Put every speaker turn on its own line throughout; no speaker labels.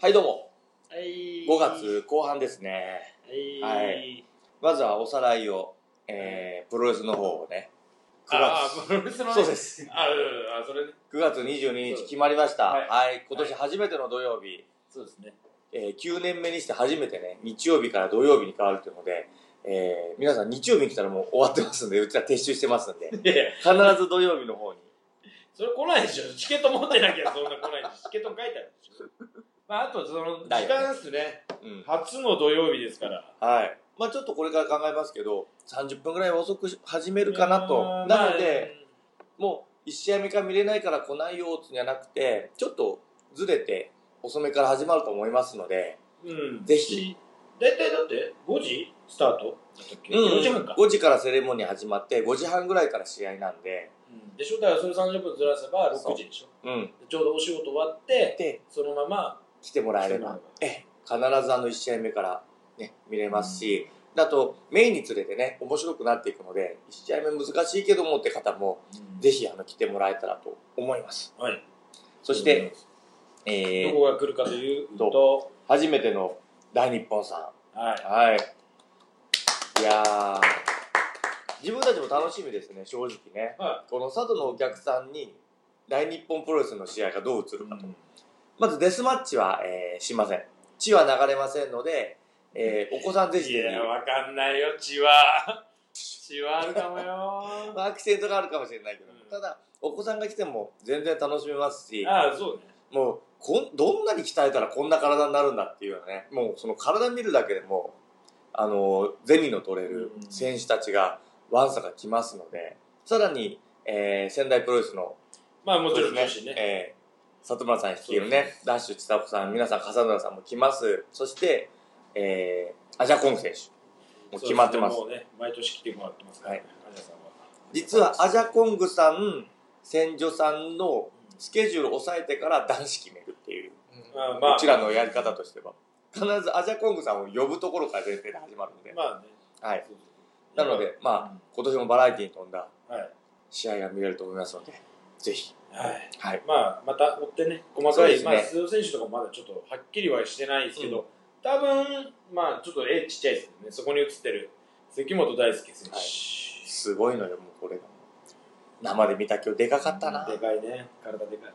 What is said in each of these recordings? はい、どうも。
はい。
5月後半ですね。
は。
はいまずはおさらいを、えー、プロレスの方をね。9
ああ、
月。
プロレスのね
そうで。す。
あうんあ、それね。
9月22日決まりました。
はい
はい、今年初めての土曜日、
そうですね。
えー、9年目にして初めてね、日曜日から土曜日に変わるというので、えー、皆さん日曜日に来たらもう終わってますんで、うちら撤収してますんで、
いやいや
必ず土曜日の方に。
それ来ないでしょ。チケット持ってなきゃそんな来ないでしょ。チケットも書いてあるでしょ。まあ、あとはその、時
だよね
間ですね。
うん。
初の土曜日ですから。
はい。まあちょっとこれから考えますけど、30分ぐらい遅くし始めるかなと。なので、、もう1試合目から見れないから来ないよってんじゃなくて、ちょっとずれて遅めから始まると思いますので、
うん。
ぜひ。
大体だって、5時スタートだったっけ
うん
?4 時半か。
5時からセレモニー始まって、5時半ぐらいから試合なんで、
うんでしょだからそれ30分ずらせば
そう
6時でしょ。
うん。
でちょうどお仕事終わって、
で、
そのまま
来てもらえ
来て
れ
もら
ばえ
えば、
え、必ずあの1試合目からね、見れますし、あと、メインにつれてね、面白くなっていくので、1試合目難しいけどもって方も、ぜひあの来てもらえたらと思います。
はい。
そして、、え
ど
ー、
こが来るかというと、
初めての大日本さん、
はい。
はい。いやー自分たちも楽しみですね、正直ね。
は
この佐渡のお客さんに、大日本プロレスの試合がどう映
い
るかと。まずデスマッチは、えーしません。血は流れませんので、えーお子さんぜひ
い
ぜ
や、
ひ。
わかんないよ、血は。血はあるかもよ。
まあアクセントがあるかもしれないけど、
うん
ただ、お子さんが来ても全然楽しめますし、
ああ、そうね。
もうこん、どんなに鍛えたらこんな体になるんだっていうようなね、もうその体見るだけでも、あの、銭の取れる
うん
選手たちが、わんさか来ますので、さらに、えー仙台プロレスの、
まあ、もちろん女
です
子ね。
えー里村さん率いる
そう
ね、ダッシュ千里さん、皆さん、笠村さんも来ます。そして、えーアジャコング選手。もう決まってます
そうですねもうね、毎年来てもらってますから、ね。アジャさんは
実は、アジャコングさん、千女さんのスケジュールを抑えてから男子決めるっていう。
まあ、まあ、
うちらのやり方としては必ずアジャコングさんを呼ぶところから前提で始まるんで、
まあね。
はい、
そう
な
そうそ
の
う
で、まあ、今年もバラエティに富んだ
うんはい。
試合が見れると思いますのでぜひ、
はい。
はい、
まあ、また追ってね、細
そう
か
で
い、
すね
まあ、出場選手とかもまだちょっとはっきりはしてないですけど、多分、まあ、ちょっと絵ちっちゃいですけどね、そこに映ってる関本大輔選手。
はいすごいのよもうこれが生で見た今日でかかったな
でかいね、体でかい。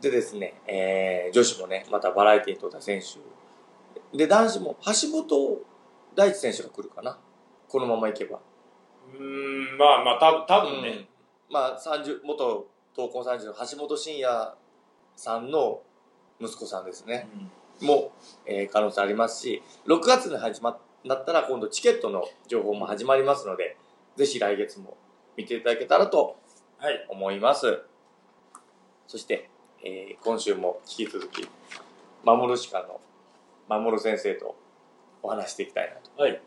でですね、えー女子もねまたバラエティに富んだ選手で男子も橋本大地選手が来るかなこのままいけば
うーん、まあまあ、たぶ多分ね、
うん、まあ30元闘魂30の橋本真也さんの息子さんですね、も、えー可能性ありますし、6月に始まっなったら今度チケットの情報も始まりますので、ぜひ来月も見ていただけたらと
はい。
思います。そして、えー今週も引き続き、守る鹿の守先生とお話していきたいなと。
はい。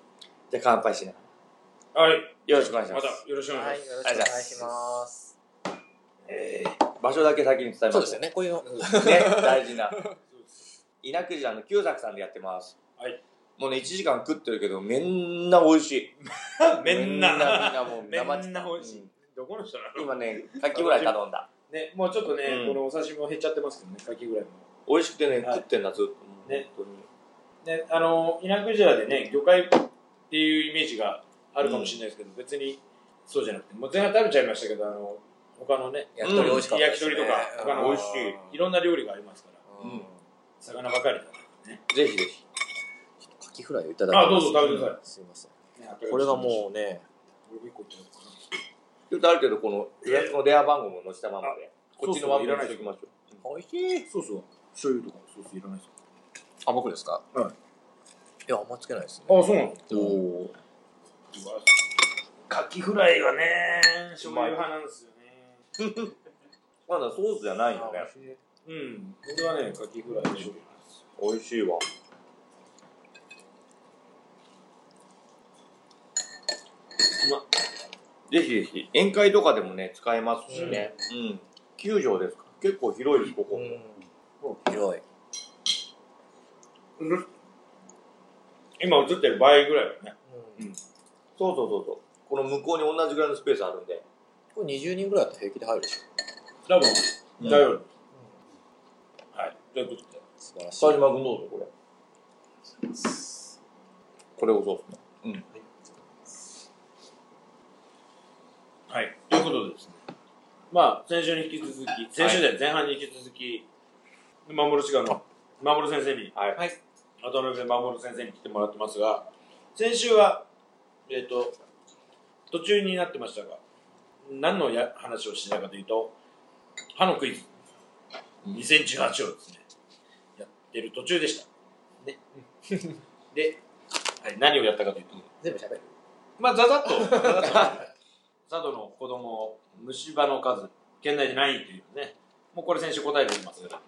じゃあ乾杯しながら。
はい。
よろしくお願いしま。
ますたよろしくお
は
願い
い、
し
よろしくお願いします。
えー場所だけ先に伝えます。
そうですよね、こういうの。
ね、 大事な。
ます。
稲久寺の久作さんでやってます。
はい。
もうね、1時間食ってるけど、みんな美味しい。
めんな。
みんなもう
め
生
んな美味しい。どこの人なの
今ね、カキフライ頼んだ。
ね、もうちょっとね、
うん
このお刺身も減っちゃってますけどね、先ぐらいも。
美味しくてね、
はい
食ってんだ、ずっと。
ね
本当に。
ね、あの、稲久寺でね、魚介っていうイメージがあるかもしれないですけど、別にそうじゃなくて、もう全然食べちゃいましたけど、あの、他のね、
焼き鳥美味しかったですね。
うん焼き鳥とか
うん
他の
美味しい
いろんな料理がありますから、
うん
うん
魚ばかりだね。
ぜひぜひ。
カキフライをいただきます。
あどうぞ食べてくださ
い。すいません。
ね
これがもうね、
俺も一個いっちゃおうかな
ちょっとある程度、この予約の電話番号も載せたままで、こっちのワン
い
ペ
ら
ー
な
ジ
い
し
で
ときましょう。
美味しい。
そうそう。醤油とかソースいらないですか
あ、僕ですか
はい。
いや、あんまつけないですね。
あ、そうなの
おお。
カキフライがね、醤油派なんですよね。
まだソースじゃないよ
あ
ね
美。味しい
うん。僕はね、カキフライで醤油なんですよ。
美味しいわ。
ま
ぜひぜひ。宴会とかでもね、使えますしね。うん。球場ですか結構広いです、ここ。
うん。広い。
今映ってる倍ぐらいだね。
うん
そうそうそうそう。この向こうに同じぐらいのスペースあるんで。
これ20人ぐらいだと平気で入るでしょ。
多分、大丈夫。
う
はい。ということで。
素晴らしい
川。島君どうぞ、これ。これおそうですね。
はい。ということでですね。まあ、先週に引き続き、先週で前半に引き続き、守る違うの、守先生に、
はい
はい。
渡辺守先生に来てもらってますが、先週は、えっ、と、途中になってましたが、何のや話をしてたかというと、歯のクイズ、
うん
2018をですね、やってる途中でした。 ね。で、はい、何をやったかというと、
全部喋る。
まあ、ざざっと、ざざっと佐渡の子供を虫歯の数、県内でないというね、もうこれ先週答えていますから、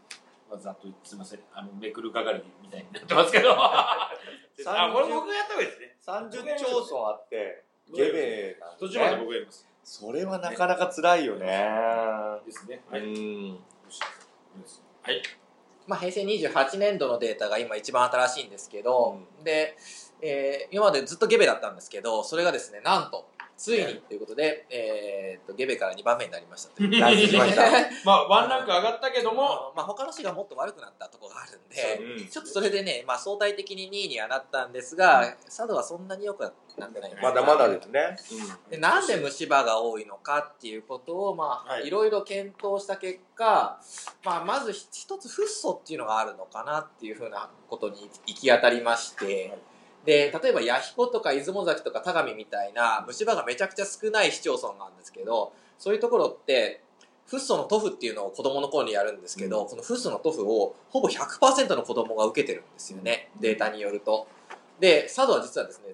まあ、ざっとすみません、あのめくる係みたいになってますけど、あ、これ僕がやった方がいいですね。
30町村あって、ゲベなん
途
で
中まで
ね。
僕がやります。
それはなかなか辛いよね。
ですね。
う
はい。よ
ん。
しはい。
まあ、平成28年度のデータが今一番新しいんですけど、で、えー今までずっとゲベだったんですけど、それがですね、なんと、ついにということで、えーっと、ゲベから2番目になりましたという。
ナイスしま した。
まあ、ワンランク上がったけども、
まあ、他の市がもっと悪くなったところがあるんで、
うん
ちょっとそれでね、まあ、相対的に2位にはなったんですが、佐渡はそんなによくはなってないんです
まだまだですね。
でなんで虫歯が多いのかっていうことを、まあ、
はい
い、ろいろ検討した結果、まあ、まずひ一つフッ素っていうのがあるのかなっていうふうなことに行き当たりまして、
はい
で、例えば、弥彦とか出雲崎とか田上みたいな虫歯がめちゃくちゃ少ない市町村なんですけど、そういうところって、フッ素の塗布っていうのを子供の頃にやるんですけど、このフッ素の塗布をほぼ100%の子供が受けてるんですよね、データによると。で、佐渡は実はですね、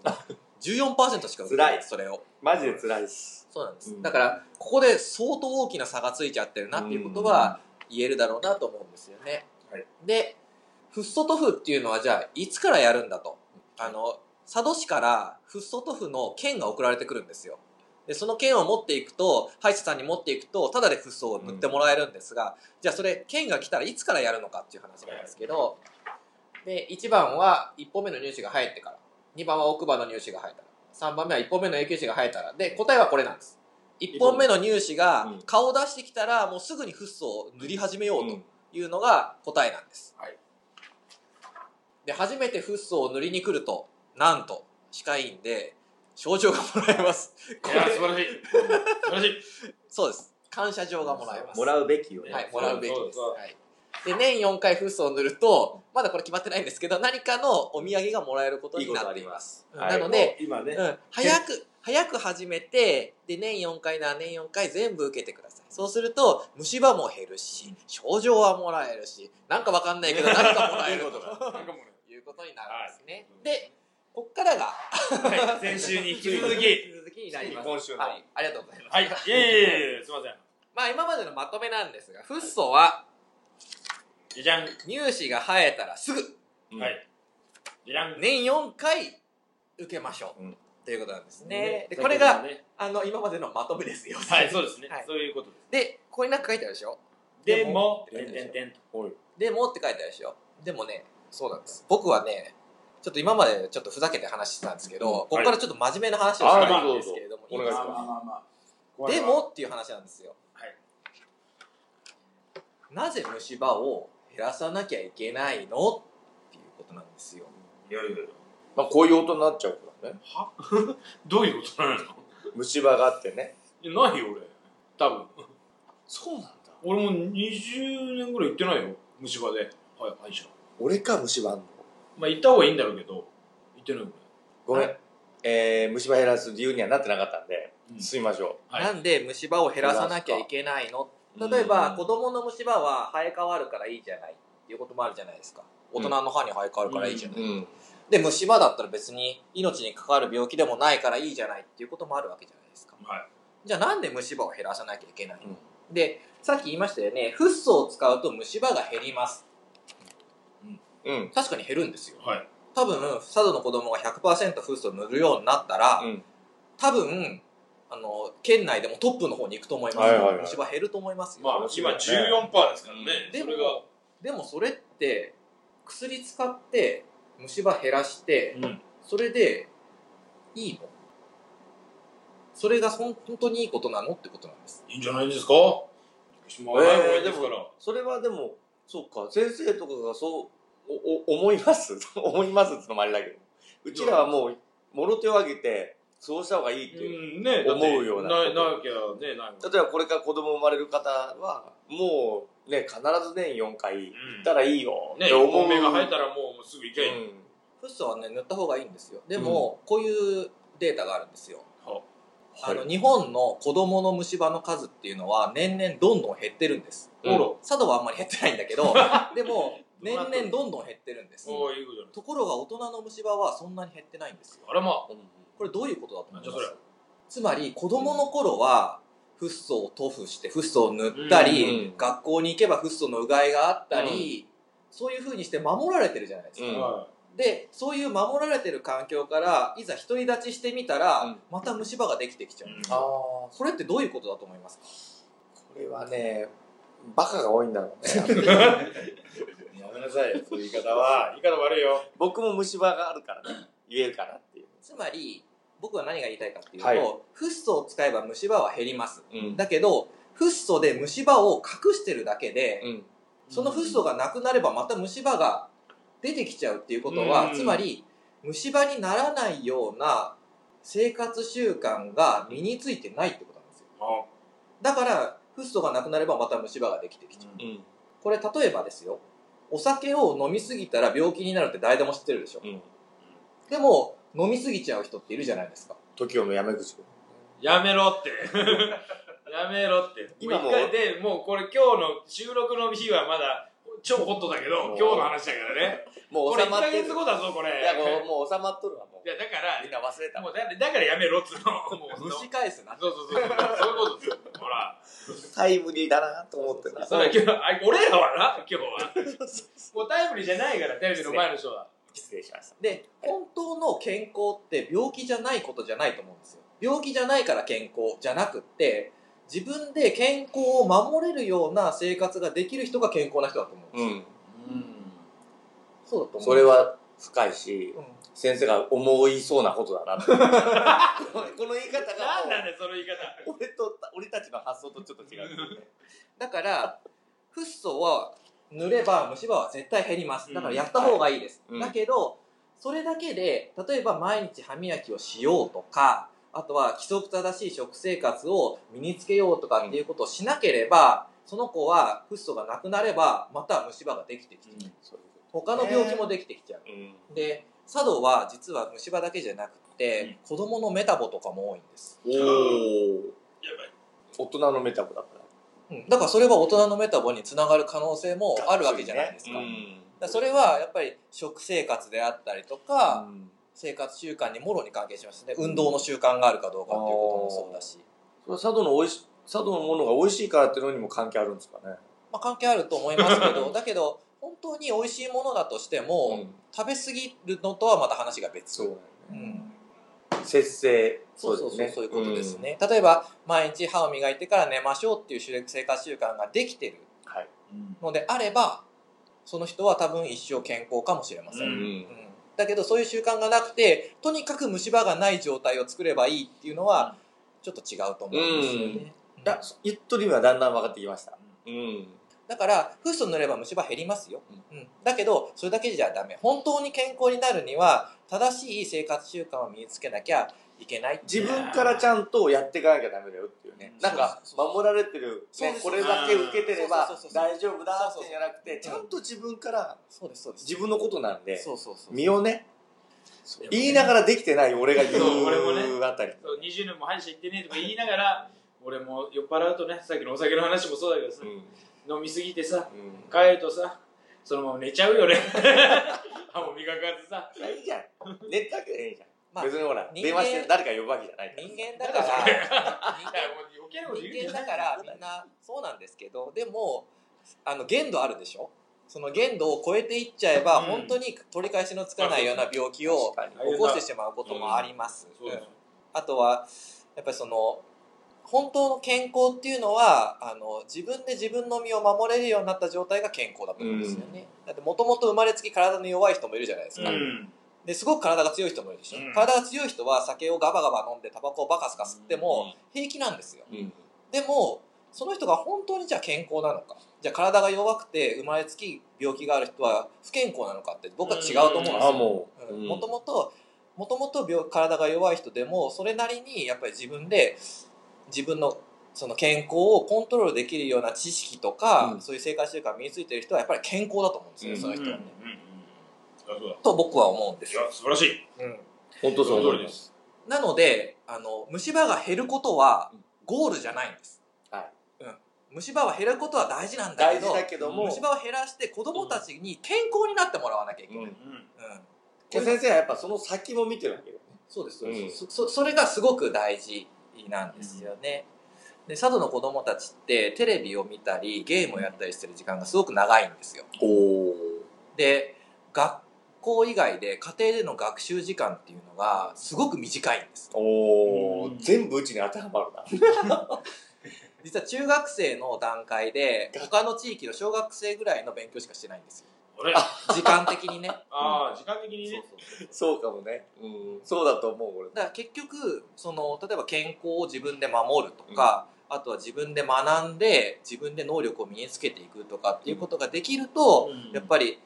14%しか受けてない、
辛い
それを。
マジで辛いです。
そうなんです、
うん
だからここで相当大きな差がついちゃってるなっていうことは言えるだろうなと思うんですよね、
はい
でフッ素塗布っていうのはじゃあいつからやるんだとあの佐渡市からフッ素塗布の券が送られてくるんですよでその券を持っていくと歯医者さんに持っていくとただでフッ素を塗ってもらえるんですが、じゃあそれ券が来たらいつからやるのかっていう話なんですけどで1番は1本目の入試が入ってから2番は奥歯の入試が入ったら3番目は1本目の永久歯が入ったらで答えはこれなんです1本目の入試が
うん
顔を出してきたらもうすぐにフッ素を塗り始めようと
ん
いうのが答えなんです、
はい
で初めてフッ素を塗りに来るとなんと歯科医院で症状がもらえますこ
いや、素
れ
晴らしい。素晴らしい。
そうです感謝状がもらえます
もらうべきよね。
はい、もらうべき
そう
で
です
す。
そう
はい、で年4回フッ素を塗ると、まだこれ決まってないんですけど、何かのお土産がもらえることになっています。
いいことあります
なので、、
今ね、
うん、早く、早く始めて、で、年4回なら年4回全部受けてください。そうすると、虫歯も減るし、症状はもらえるし、なんかわかんないけど、何かもらえると
なんかもう
いうことになるんですね。
ね
で、、こっからが、
はい先週に引き続き、
引き続きになります。
今週の
はい、ありがとうございます。
はい、いえいえいえ、すいません。
まあ、今までのまとめなんですが、フッ素は、
じゃじゃん。
乳歯が生えたらすぐ、
うん
はい。じゃじゃん。
年4回受けましょう、
うん
ということなんですね。で
というとで
これが、
ね
あの今までのまとめですよ。
はい、そうですね
はい。
そういうことです。
でここになんか書いてあるでしょ
でも、
でも
てんてんてん
おい
でもって書いてあるでしょでもねそうなんです僕はねちょっと今までちょっとふざけて話してたんですけど、
うん
ここからちょっと真面目な話をした
あ
い
ど
ん
うぞ
ですけれども、
どうぞ
いいです
お願いし
か
まあまあ
で、もっていう話なんですよ、
はい
なぜ虫歯を減らさなきゃいけないのっていうことなんですよ
いやいやいや
まあ、こういう音になっちゃうからね。
どういうことなの
虫歯があってね。
ないよ、俺。多分。
そうなんだ。
俺も20年ぐらい行ってないよ、虫歯で。はい、歯医者。
俺か、虫歯あんの。
まあ、行った方がいいんだろうけど、行ってないよ、
ごめん。
は
えー、虫歯減らす理由にはなってなかったんで、
うん
進みましょ
はい
なんで虫歯を減らさなきゃいけないの
うん
例えば、子供の虫歯は生え変わるからいいじゃないっていうこともあるじゃないですか大人の歯に生え変わるからいいじゃない、
う。うん。
で虫歯だったら別に命に関わる病気でもないからいいじゃないっていうこともあるわけじゃないですか
俺。はい。
じゃあなんで虫歯を減らさなきゃいけないの、でさっき言いましたよねフッ素を使うと虫歯が減ります
うん。
確かに減るんですよ
はい。
多分佐渡の子供が100%フッ素を塗るようになったら、
うん。
多分あの県内でもトップの方に行くと思います、
はいはいはい
虫歯減ると思いますよ、
まあ、今14%ですからね。
で
そ
も
れが。
でもそれって薬使って虫歯減らして、
うん。
それでいいのそれがほん本当にいいことなのってことなんです
いいんじゃないですか虫歯はない方がいいですから。
それはでも、そっか、先生とかがそう、お、お、思います 思いますってのもあれだけど。うちらはもう、もろ手を挙げて、そうした方がいいっていう。
うん、ねだって
思うような
ないなきゃね、ないもん
例えばこれから子供生まれる方は、もうね、必ず年4回行ったらいいよっ
ね、
て思う。
お米が生えたらもうもうすぐ行けばいい。
うん
フッ素はね塗った方がいいんですよでも、こういうデータがあるんですよあの、
はい
日本の子供の虫歯の数っていうのは年々どんどん減ってるんです。
ほら、
佐渡はあんまり減ってないんだけど、でも年々どんどん減ってるんです。
おーいいことじゃない。
ところが大人の虫歯はそんなに減ってないんですよ。
あらまあ、
これどういうことだと思いま
なんじゃ
すつまり子供の頃は、フッ素を塗布してフッ素を塗ったり、
うんうん
学校に行けばフッ素のうがいがあったり、そういうふうにして守られてるじゃないですか。
うん
は
で、そういう守られてる環境から、いざ独り立ちしてみたら、
うん
また虫歯ができてきちゃう。
い。
ああ、
これってどういうことだと思いますか
これはね、バカが多いんだろうね。
やめなさい、そういう言い方は。 言い方悪いよ。
僕も虫歯があるからね、言えるかなっていう。
つまり僕は何が言いたいかっていうと、
はい
フッ素を使えば虫歯は減ります
うん。
だけどフッ素で虫歯を隠してるだけで、
うん。
そのフッ素がなくなればまた虫歯が出てきちゃうっていうことは、
うん
つまり虫歯にならないような生活習慣が身についてないってことなんですよ
あ
だからフッ素がなくなればまた虫歯ができてきちゃう
うん。
これ例えばですよお酒を飲みすぎたら病気になるって誰でも知ってるでしょ
うん。
でも飲みすぎちゃう人っているじゃないですか
時をのやめ口。
やめろって。 やめろって。
今も
う一回で、もうこれ今日の収録の日はまだ超ホットだけど
も、う
今日の話だからね。
も
こ
う
れ
収
1
まっ
ヶ
てる。
月後だぞ、こ
い
れ。
や、もう、もう収まっとるわ、も
いやだか
う。
ら
みん、な忘れた。
もうだだからやめろっつうの。もう
蒸し返すな
そうそうそう。そういうことですよ。ほら。
タイムリーだなと思ってな。
それ今日、あ俺らはな、今日は。もうタイムリーじゃないから、テレビの前の人は。
失礼しました。
で本当の健康って病気じゃないことじゃないと思うんですよ病気じゃないから健康じゃなくって自分で健康を守れるような生活ができる人が健康な人だと思うんですよ、
ん。
うん。
そうだと思う
それ、は深いし、
うん
先生が思いそうなことだなってこのこの言い方が
なん
も
なんだよ、その言い方。
う俺と俺たちの発想とちょっと違うんですよね
だからフッ素は塗れば虫歯は絶対減りますだからやった方がいいです、
うん
だけどそれだけで例えば毎日歯磨きをしようとかあとは規則正しい食生活を身につけようとかっていうことをしなければ、その子はフッ素がなくなればまた虫歯ができてきちゃう
そういうこ
他の病気もできてきちゃう、
とうん
で茶道は実は虫歯だけじゃなくて、子供のメタボとかも多いんです、
やばい。
おお大人のメタボだから
うんだからそれは大人のメタボにつながる可能性もあるわけじゃないですか,、
うん
だからそれはやっぱり食生活であったりとか、
うん
生活習慣にもろに関係しますね運動の習慣があるかどうかっていうこともそうだし、
それは佐渡のおいし佐渡のものが美味しいからっていうのにも関係あるんですかね
まあ、関係あると思いますけどだけど本当に美味しいものだとしても、
ん
食べ過ぎるのとはまた話が別
そうだよ
う
ね
ん
節制
そうそう
です
そうそう、
ね
いうことですね、例えば毎日歯を磨いてから寝ましょうっていう生活習慣ができてる
うんはい
のであればその人は多分一生健康かもしれません、
う
うん
ん
だけどそういう習慣がなくてとにかく虫歯がない状態を作ればいいっていうのはちょっと違うと思うんですよね、
うん
うん
いや言っとる意味はだんだん分かってきましたうん
だからフッ素塗れば虫歯減りますよ、
う
うん、だけどそれだけじゃダメ本当に健康になるには正しい生活習慣を身につけなきゃいけない
自分からちゃんとやっていかなきゃダメだよっていうね
うん
なんか守られてる、
そう
ね
で、す
これだけ受けてれば
そうそうそうそう
大丈夫だってんじゃなくてち
そう
ゃ
そうん
と自分から
そうですそうです
自分のことなんで
そうそうそう
身をね
そう
言いながらできてない俺が言
そう俺もね
うあたり
そう20年も歯医者行ってねえとか言いながら俺も酔っ払うとねさっきのお酒の話もそうだけどさ
うん、
飲みすぎてさ
うん
帰るとさそのまま寝ちゃうよね 歯も磨かずさ
いいじゃん寝たけでいいじゃん、
まあ
別にほら
人間
電話して誰か呼ぶわけじゃないから
人間だ から
いやもう余計なこと言うん
人間
じゃな
だか
い
らみんなそうなんですけどでもあの限度あるでしょその限度を超えていっちゃえば、
うん
本当に取り返しのつかないような病気を
確か
に
起こしてしまうこともあります、
そうだよ
あとはやっぱりその本当の健康っていうのはあの自分で自分の身を守れるようになった状態が健康だと思うんですよね、だってもともと生まれつき体の弱い人もいるじゃないですか、
うん
ですごく体が強い人もいるでしょ、
うん
体が強い人は酒をガバガバ飲んでタバコをバカスカ吸っても平気なんですよ、
にうん
でもその人が本当にじゃあ健康なのかじゃあ体が弱くて生まれつき病気がある人は不健康なのかって僕は違うと思うんです
ん
よ
あ、もう。うん
もともと、もともと病体が弱い人でも、それなりにやっぱり自分で、自分のその健康をコントロールできるような知識とか、
うん
そういう生活習慣が身についてる人はやっぱり健康だと思うんですよ、
うん
その人はね。
あそうだ
と僕は思うんで
い
す
や
よ。
素晴らしい
本当そう
その
思い
通りで
ますす。
なので、あの、虫歯が減ることは
うん
ゴールじゃないんです。
はい
うん。虫歯は減ることは大事なんだ
大
け
事
ど、
だけども、
虫歯を減らして子供たちに健康になってもらわなきゃいけない。
うん
うん
うん
で先生はやっぱその先も見てるわけだよね。
そうです、
うん
そそそれがすごく大事なんですよね、で佐渡の子供たちってテレビを見たりゲームをやったりしてる時間がすごく長いんですよ
おー。
で学校以外で家庭での学習時間っていうのがすごく短いんです
お
うん
ー。全部うちに当てはまるな。
実は中学生の段階で他の地域の小学生ぐらいの勉強しかしてないんで すよ
あれあ
時間的にね
あー時間的
そう
そ
にね
そうそう
うかもね。うん。そうだと思う、俺。
だから結局その例えば健康を自分で守るとか、あとは自分で学んで自分で能力を身につけていくとかっていうことができると、やっぱり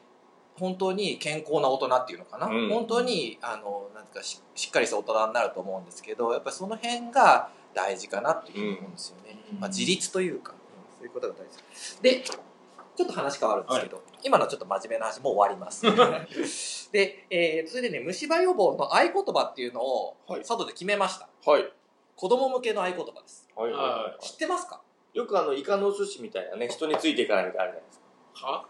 本当に健康な大人っていうのかな、
うん
本当にあのなんていうかししっかりした大人になると思うんですけどやっぱりその辺が大事かなっていうふうに思うんですよね、
うん
まあ、自立というか、そういうことが大事でちょっと話変わるんですけど、今のちょっと真面目な話もう終わります で、えーそれでね虫歯予防の合言葉っていうのを
はい
佐渡で決めました
はい。
子供向けの合言葉です
はい
は
知ってますか
よくあの、イカのお寿司みたいなね、人についていかないみたいなのあるじゃないですか。
は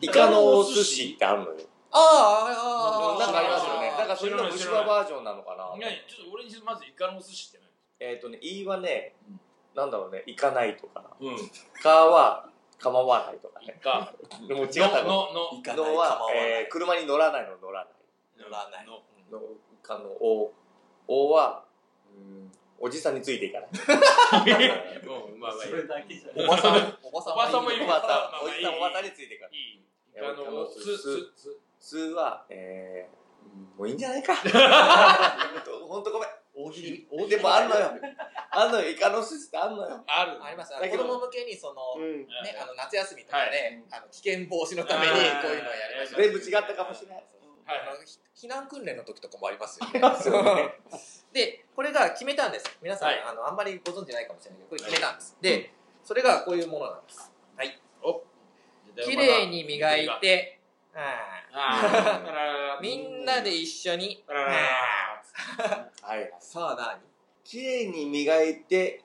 イカのお寿司ってあるのよ。
あ
なんかありますよね。
あー
なんかそういうの虫歯バージョンなのかな。
いやちょっと俺にまずイカのお寿司って
えっ、とね、いいはね
うん、
なんだろうね、行かないとか、
何うんイ
かは構わないとかね。
カ
でも違ったの。
ののの
行かない
の
構
は
わ、ない
えー車に乗らないの乗らない。
乗らない
の
のかの、お、おは、うんおじさんについていかない。
うんま あまあいい
だけじゃ
おばさんもおばさん
おばさんもい
お
る
ば
ま
さ
あまあ
ん、おじさん、おばさんについていかない。
いいイカのお寿司す
すは、えー、もういいんじゃ ないか。本当ごめん。
大喜利
でもあんのよ。あんのよ。イカの寿司ってあんのよ。
ある
あります
だ
子
けど
供向けにその、
ん。
ね、あの夏休みとかね、あの危険防止のためにこういうのをやりました
全部違ったかもしれない。
はい
あのひ避難訓練の時とかもありますよね。
よね
で、これが決めたんです。皆さん、
はい
あのあんまりご存知ないかもしれないけど、これ決めたんです。で、それがこういうものなんです。綺麗に磨いて、あ
ああ
ーみんなで一緒に、
あらら
あ
はい
ー。さあ
綺麗に磨いて、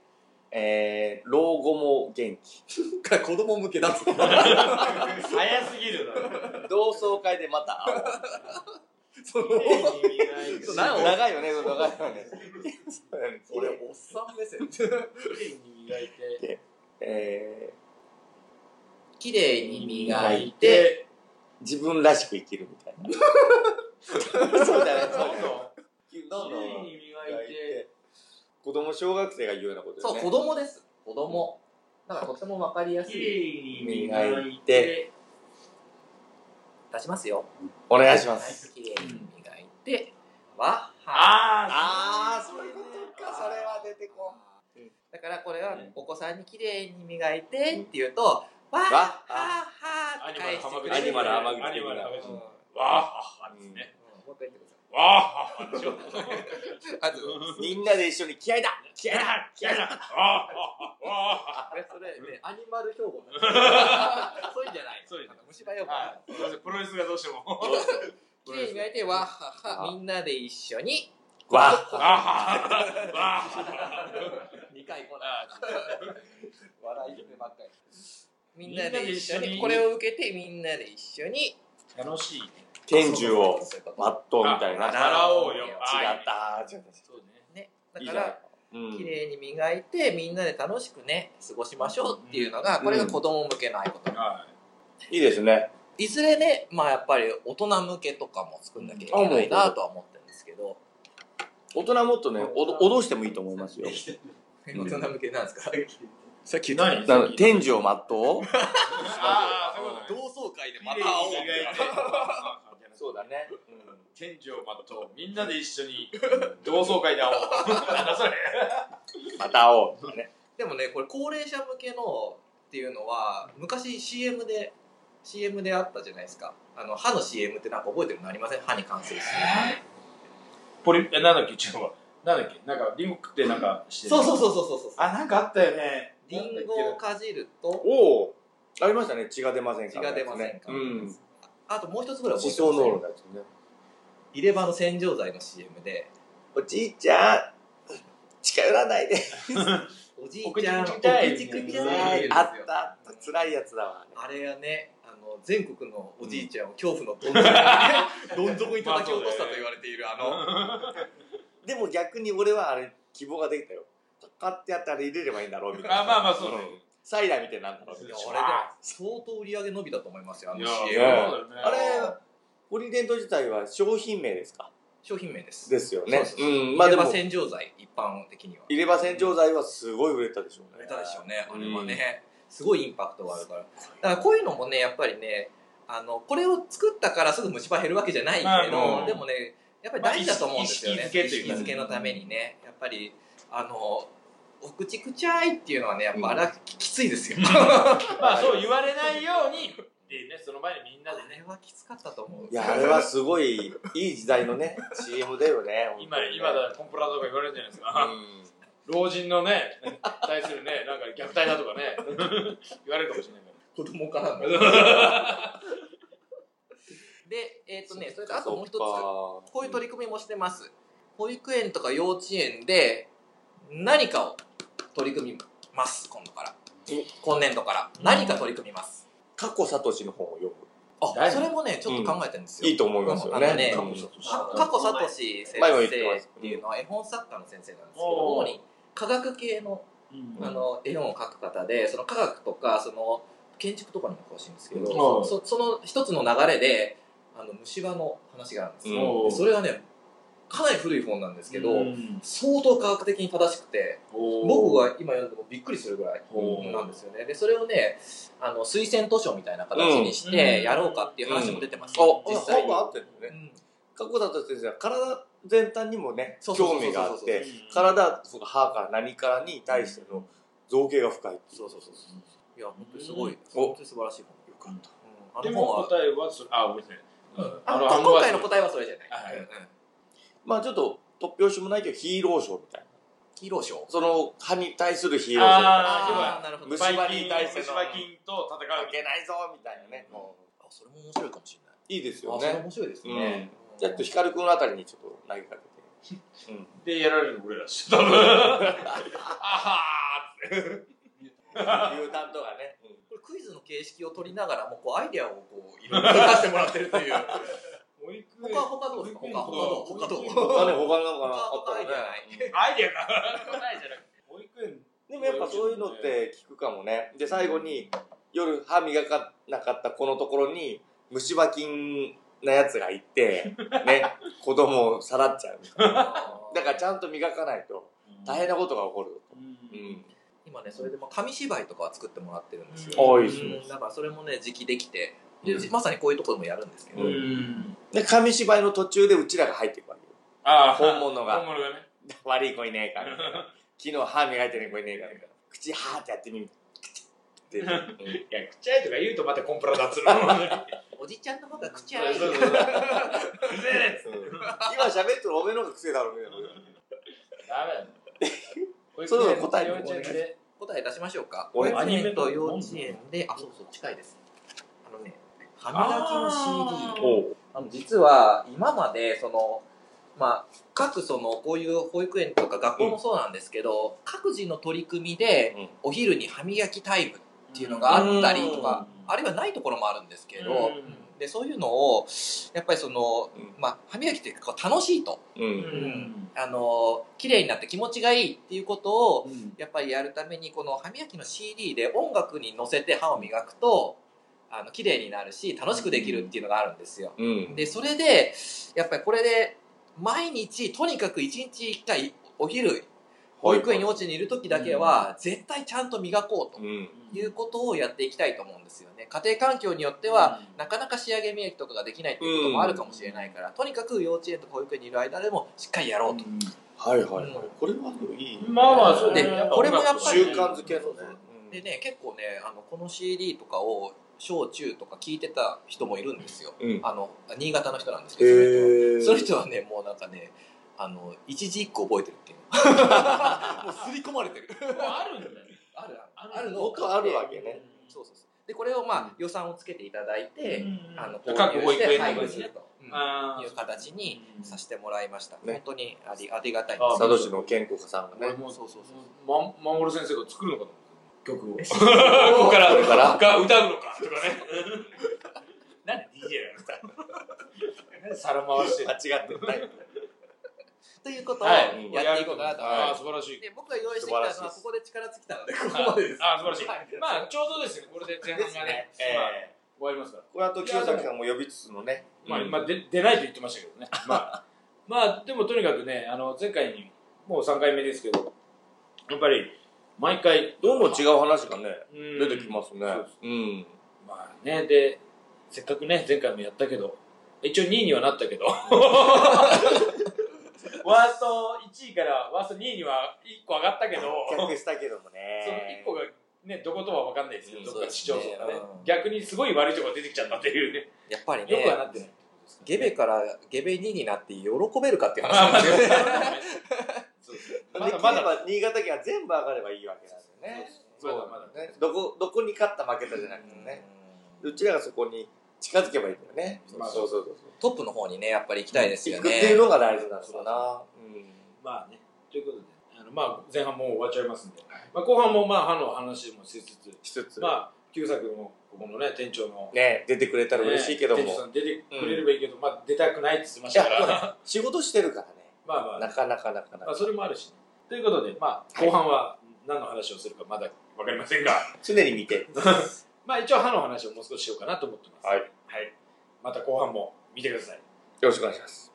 えー、老後も元気。
何子供向けだっつって
早すぎるな
同窓会でまた会おう。
その
綺麗に磨いて
そうなんか
長いよね、長 いよね。そうだね
俺、おっさん目線。
綺麗に磨いて
え
綺麗に磨いて、
て
ー、自分らしく生きるみたいな。そうだね、そう
ど
だ
ん
ね
どん。
どんどん
綺麗に磨いて
子供小学生が言うようなこと
そう、
よね。
子供です。子供。だからとてもわかりやす
綺
い。
麗に磨いて
て
出しますよ。
お願いし
は
ま
い
す。、
綺麗に磨いて、は、は。
あー
ーそういうことか、それは出てこん。
だからこれは
うん
お子さんに綺麗に磨いてって言うと、わはは
あ
はって返してくれる。
アニマル
うん
ハ
も
マグリ
アニマルハマグリ
う一
わあははですね
回言ってく
わあははでしょ
ださい。あ、そう
みんなで一緒に気合いだ気合いだ
嫌いなわあははわあはは
あれそれね、アニマル標語なんですよそういうんじゃない。
そういうんじゃ
あの虫歯用語。
はいすいませんプロレスがどうしても
綺麗に磨いて、わはは、みんなで一緒に。
わ
わあははわあはは
2回来ない。
あ
笑い夢ばっかり。み
み
ん
ん
な
な
で
で
一
一
緒
緒に
に、これを受けてみんなで一緒に。
ー楽しいね
天寿を
そういうこと
全うみたいな。
あ
違っ
習おうよ
た。違った。
そうね
だ
いいじ
か
ゃない
ら
か、。うん
綺麗に磨いて、みんなで楽しくね、過ごしましょうっていうのが、これが子供向けの合言葉。
はい
いいですね。
いずれね、まあやっぱり大人向けとかも作んなきゃいけないなとは思ってるんですけど、
大人もっとね、おど脅してもいいと思いますよ。
大
うん
人向けなんですかさっき
言った
なので天寿を全う
ああそういうことね
同窓会で
ま
ま
た
た
会おう
会おう。
そうだね。
天井まととみんなで一緒に同窓会で会おうなんだそれ
また会おう。ね
でもねこれ高齢者向けのっていうのは昔 CM で CM であったじゃないですかあの歯の CM ってなんか覚えてるのありません歯に関する CM
ポリ、え、なんだっけ、違うわ。なんだっけ、なんか、リンゴ食ってなんかしてる
そうそうそうそうそうそう
あ、なんかあったよね。
リンゴをかじると
おおありましたね血が出ません
血
から
が
ね
出ませんか、
うん
あともう一つぐらい覚
思想
えてます
脳のやつね
入れ歯の洗浄剤の CM で
おじいちゃん近寄らないで
おじいちゃん
お口くびたい
お口くびた
あ
い
るん
ですよ
あったあった辛いやつだわ
あれがねあの全国のおじいちゃんを恐怖のどん底に どん底に叩き落としたと言われているあの
でも逆に俺はあれ希望ができたよパッてやったら入れればいいんだろうみたいな
あ、まあまあ、そうだね。
サイダーみたいになんだろうみ
い
たい
や
な
あれで相当売り上げ伸びだと思いますよあ
い
の
や
CM
ね
そうだよね。
あれポリデント自体は商品名ですか
商品名です
ですよね
そうそうそ
うんま
ま
あ
あ、
で
で
も
も洗浄剤一般的には
入れ歯洗浄剤はすごい売れたでしょう
売れ
ね
たでしょうねあ
うん
れはね、すごいインパクトがあるからだからこういうのもねやっぱりねあのこれを作ったからすぐ虫歯減るわけじゃないけど、
まあうん
でもねやっぱり大事だと思うんですよね、
まあ意識意識づけというか
意識づけのためにねやっぱりあのお口くちゃいっていうのはねやっぱあれはききついですよ、
まあ、そう言われないように、っていうね、その前にみんなで
あ
ね、
れはきつかったと思う
いやあれはすごいいい時代の ね CM だよね本当
今、
にね
今だ、コンプラとか言われるじゃないです
う
か。
ん
老人のね、対するね、なんか虐待だとかね、言われるかもしれないか
子供からの
ら。
でえっ、とねそれとあともう一つ
こ
こういう取り組みもしてます。保育園とか幼稚園で何かを取り組みます、今度から
え。
今年度から。何か取り組みます。
過去サトシの本を読む
あ、
誰
それもね、ちょっと考えてるんですよ。
いいと思いますよ
あ
ね
のね
う
過
ん
去
去サトシ先
前も言
生
っ
って
ます
ていうのは絵本作家の先生なんですけど、
おー
主に科学系の
うん
あの絵本を描く方で、その科学とか、その建築とかにも詳しいんですけど、
うん
そその一つの流れで、あの虫歯の話があるんですよ。
うん
でそれはね、かなり古い本なんですけど、
うん
相当科学的に正しくて僕が今読んでもびっくりするぐらい
おー
なんですよねでそれをねあの推薦図書みたいな形に
う
し
ん
てやろうかっていう話も出てます、
うん
お
実際
本
に、
が合ってる
う
ね
ん
過去サトシ先生は体全体にもね
そうそうそ
興味
うそうそう
があっ
う
て
ん
体とか歯から何からに対しての造形が深い
そうそうそうそういや本当にすごい、
うん
お
本当に素晴らしい本、
よかった
うん、あ
で
の
も
本は
答えはそれ、あ、覚えてない。うん
あ
あ
今回の
あ
答えはそれじゃない、
はいはい
うんうん
まあちょっと突拍子もないけどヒーローショーみたいな
ヒーロー賞
その歯に対するヒーローショーみたいな
あー、
なるほど
虫
虫
歯
歯
に
に
対
対
し
してて
の
の
虫歯菌と戦う
負けないぞみたいなね
あそれも面白いかもしれない
いいです
あ
よ
それ
ね
面白いですね、
うん
うん
ちょっと光くんあたりにちょっと投げかけて、うん、
でやられるの俺らし多 分あはーって
牛タンとかね、
これクイズの形式を取りながらもこうアイデアをこういろいろ出してもらってるという
保育園
他他どうですか他他どう他どう
保育
あね
園
他なんかなあ
他他
ったら
いい
ね、
アイデアが答えじゃなくて保育園
うんでもやっぱそういうのって聞くかもねで最後に夜歯磨かなかったこのところに虫歯菌なやつがい てね子供をさらっちゃうみたいなだからちゃんと磨かないと大変なことが起こる
う
うんん
今ねそれでまあ紙芝居とかは作ってもらってるんですよ、
うんああい
うん、
いっすね
だからそれもね時期できて、で
うん
まさにこういうところもやるんですけど、
うん
ん
で紙芝居の途中でうちらが入っていくわけよ
ああ
本物が
本物がね
悪い子いねえか みたいな昨日歯磨いてる子いねえかみたいな口はーってやってみる って、うん
いやくちゃいとか言うとまたコンプラだっつるう
おじちゃんの方が口
そうそうそうぜえねっつって
今喋ってるおめの方が癖だろみたいな
ダメだよ保
そう
育
いう
園
の答え
幼稚園で
答え出しましょうか
俺
保育園と
アニメ
幼
の
稚園であそうそう近いですあのね歯
あ
磨きの CD
ー
おう
あの実は今までそのまあ各そのこういう保育園とか学校もそうなんですけど、各自の取り組みで
うん
お昼に歯磨きタイムっていうのがあったりとか、
うん
あるいはないところもあるんですけど、
う
でそういうのをやっぱりそ
う
の、
ん
まあ、歯磨きってこう楽しいと
うんん
うん
あの綺麗になって気持ちがいいっていうことを
うん
やっぱりやるためにこの歯磨きの CD で音楽に乗せて歯を磨くとあの綺麗になるし楽しくできるっていうのがあるんですよ。
うん
でそれでやっぱりこれで毎日とにかく1日1回お昼保育園幼稚園にいる時だけは絶対ちゃんと磨こうと
うん
いうことをやっていきたいと思うんですよね家庭環境によってはなかなか仕上げ磨きとかができないっていうこともあるかもしれないからとにかく幼稚園とか保育園にいる間でもしっかりやろうと
うん
はいはいはい
うん。
これはでもいい。
まあまあ、そう
で
ね。
これもやっぱり
習慣づけのね。
でね結構ねあのこの CD とかを小中とか聞いてた人もいるんですよ
うん。
あの新潟の人なんですけどその人は
へえ。
その人はね、もうなんかね、あの、一字一句覚えてるっ ていう。もう刷り込まれてる。
あるんだよね。
あるある。
ある
のを
僕あるわけね。
そうそうそう。で、これをまあ、
うん
予算をつけていただいて、あの、
各保育
購入して
園
配
とかで
布
すす
る
ね。
と
あ
いう形にさせてもらいました。
ね
本当にありありがたい
あ
佐渡市の健康さんが
俺
ね。
も
そうそうそう
ま、守先生が作るのかと思って
そ
曲を。 ここから、
これから
が歌うのかとかね。なんで DJ なのなんで皿回してん
あ、
の
違ってない。
ということを
は
や
い
っていこうかなと思い
ああ、
ます。
素晴らしい。
で、僕が用意してきた
素晴ら
のは、
しい
ここで力尽きたので、こ
あ
こまでです。
あ、素晴らしい
はい。
まあ、ちょうどですよ。これで前半がね、
え
まあ
え
終わりますから。
これあと清崎さんも呼びつつのね。
まあ、
うん
まあ、で出ないと言ってましたけどね。まあ、 まあ、でもとにかくね、あの前回に、もう3回目ですけど、やっぱり、毎回、
どうも違う話がね、
うん
出てきますね
そうです。
うん。
まあね、で、せっかくね、前回もやったけど、一応2位にはなったけど、 ワースト1位からワースト2位には1個上がったけど、
逆したけども
その1個
ね。
が、ね、どことは分かんないですけ
うん
ど、どっか市町村がね
そうですねうん
逆にすごい悪いとこが出てきちゃったっていうね、
やっぱり
よくはな
ね、
って ないってことですからね
ゲベからゲベ2になって喜べるかっていう話
まあ
なん
ま
で
あ
すよね。
そうです
で
ね
き
ま
れ
だまだ
ば新潟県は全部上がればいいわけなんでね。
そうそうまだまだ
ね。どこ、どこに勝った負けたじゃなくてね。
うん
うちらがそこに近づけばいいんだよね。
まあ
そうそうそう。
トップの方にね、やっぱり行きたいです
行
よ
くっ
ね。
ていうのが大事なのかな。うん。
まあね、ということで、あのまあ、前半もう終わっちゃいますんで、まあ、後半もまあ歯の話もしつつ、
しつつ。
まあ、久作のここのね、店長の、
ね、出てくれたら嬉しいけども
ね店。長さん出てくれればいいけど、まあ、出たくないって言ってましたか
いやそう
ら、
仕事してるからね。
まあま
なかなかなかな
あ、まあ、
か。
それもあるし、ね、ということで、まあ、後半は何の話をするかまだ分かりませんが、
常に見て。
まあ、一応歯の話をもう少ししようかなと思ってます。
はい
はい、また後半も見てください。
よろしくお願いします。